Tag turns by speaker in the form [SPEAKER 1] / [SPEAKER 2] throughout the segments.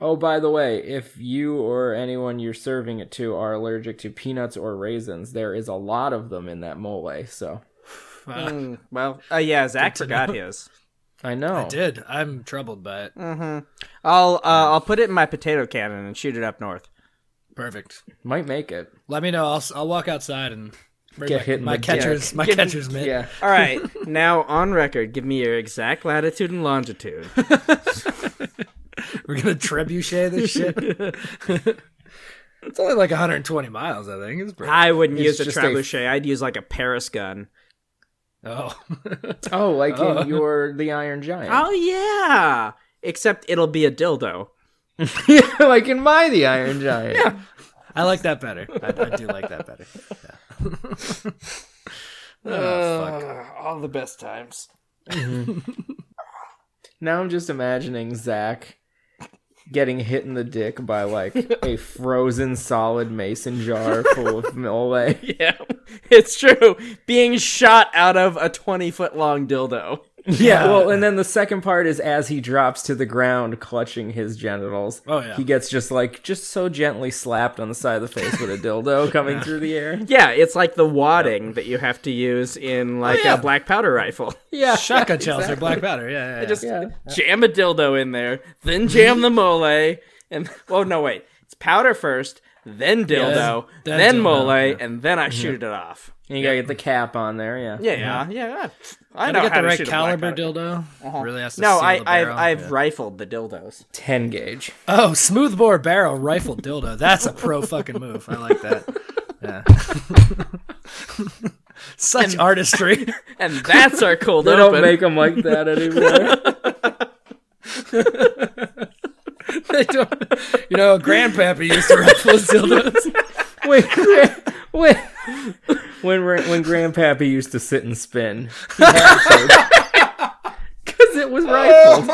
[SPEAKER 1] Oh, by the way, if you or anyone you're serving it to are allergic to peanuts or raisins, there is a lot of them in that mole. So
[SPEAKER 2] Uh,
[SPEAKER 3] Mm, well, uh, yeah, Zach
[SPEAKER 2] Good to
[SPEAKER 3] forgot
[SPEAKER 2] know.
[SPEAKER 3] his.
[SPEAKER 1] I know.
[SPEAKER 2] I did. I'm troubled by it.
[SPEAKER 3] hmm I'll uh, I'll put it in my potato cannon and shoot it up north.
[SPEAKER 2] Perfect.
[SPEAKER 1] Might make it.
[SPEAKER 2] Let me know. I'll s- I'll walk outside and bring
[SPEAKER 1] Get
[SPEAKER 2] my,
[SPEAKER 1] hit in
[SPEAKER 2] my
[SPEAKER 1] the
[SPEAKER 2] catcher's my
[SPEAKER 3] Get-
[SPEAKER 2] catcher's mitt.
[SPEAKER 1] Yeah.
[SPEAKER 3] All right, now on record, give me your exact latitude and longitude.
[SPEAKER 2] We're gonna trebuchet this shit. it's only like 120 miles, I think. It's pretty.
[SPEAKER 3] I wouldn't
[SPEAKER 1] It's
[SPEAKER 3] use a
[SPEAKER 1] just a-
[SPEAKER 3] trebuchet. i I'd use like a Paris gun.
[SPEAKER 2] Oh,
[SPEAKER 1] Oh, like
[SPEAKER 2] Oh.
[SPEAKER 1] in your The Iron Giant.
[SPEAKER 3] Oh yeah, except it'll be a dildo.
[SPEAKER 1] like in my The Iron Giant.
[SPEAKER 2] I like that better. I, I do like that better. Yeah. oh,
[SPEAKER 3] Uh,
[SPEAKER 2] fuck.
[SPEAKER 3] all the best times.
[SPEAKER 1] Mm-hmm. Now I'm just imagining Zach getting hit in the dick by like a frozen solid mason jar full of mole.
[SPEAKER 3] Yeah, it's true. Being shot out of a twenty foot long dildo.
[SPEAKER 1] Yeah. Well, and then the second part is as he drops to the ground clutching his genitals.
[SPEAKER 2] Oh, yeah.
[SPEAKER 1] He gets just like just so gently slapped on the side of the face with a dildo coming through the air.
[SPEAKER 3] Yeah, it's like the wadding that you have to use in like
[SPEAKER 2] yeah.
[SPEAKER 3] a black powder rifle.
[SPEAKER 1] Yeah.
[SPEAKER 2] Shotgun shells or black powder. Yeah, yeah, yeah.
[SPEAKER 3] Just
[SPEAKER 1] Yeah.
[SPEAKER 3] jam a dildo in there, then jam the mole, and oh no, wait, it's powder first, then dildo,
[SPEAKER 2] then
[SPEAKER 3] then,
[SPEAKER 2] dildo,
[SPEAKER 3] mole,
[SPEAKER 2] yeah.
[SPEAKER 3] and then I shoot it off.
[SPEAKER 1] And you gotta get the cap on there. Yeah.
[SPEAKER 3] Yeah, yeah, yeah. I, I know
[SPEAKER 2] Gotta get
[SPEAKER 3] how
[SPEAKER 2] the
[SPEAKER 3] to
[SPEAKER 2] right
[SPEAKER 3] shoot a
[SPEAKER 2] caliber
[SPEAKER 3] black powder. Uh-huh.
[SPEAKER 2] dildo. Really has to
[SPEAKER 3] No,
[SPEAKER 2] seal
[SPEAKER 3] I,
[SPEAKER 2] the
[SPEAKER 3] I've
[SPEAKER 2] barrel.
[SPEAKER 3] I've
[SPEAKER 2] Yeah.
[SPEAKER 3] rifled the dildos.
[SPEAKER 1] Ten gauge.
[SPEAKER 2] Oh, smoothbore barrel rifle dildo. That's a pro fucking move. I like that. Yeah. Such artistry.
[SPEAKER 3] And that's our cold
[SPEAKER 1] They
[SPEAKER 3] open.
[SPEAKER 1] don't make them like that anymore.
[SPEAKER 2] They don't- you know, grandpappy used to rifle his dildos.
[SPEAKER 1] when, gra- when, when, ra- when Grandpappy used to sit and spin. Because it was rifled.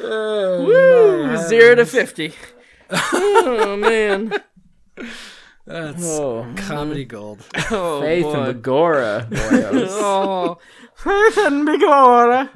[SPEAKER 2] Oh,
[SPEAKER 3] Woo, zero to fifty. oh man.
[SPEAKER 2] That's
[SPEAKER 1] Oh,
[SPEAKER 2] comedy gold.
[SPEAKER 3] Oh
[SPEAKER 1] Faith
[SPEAKER 3] boy.
[SPEAKER 1] and Begora, boyos.
[SPEAKER 3] Oh, Faith and Begora.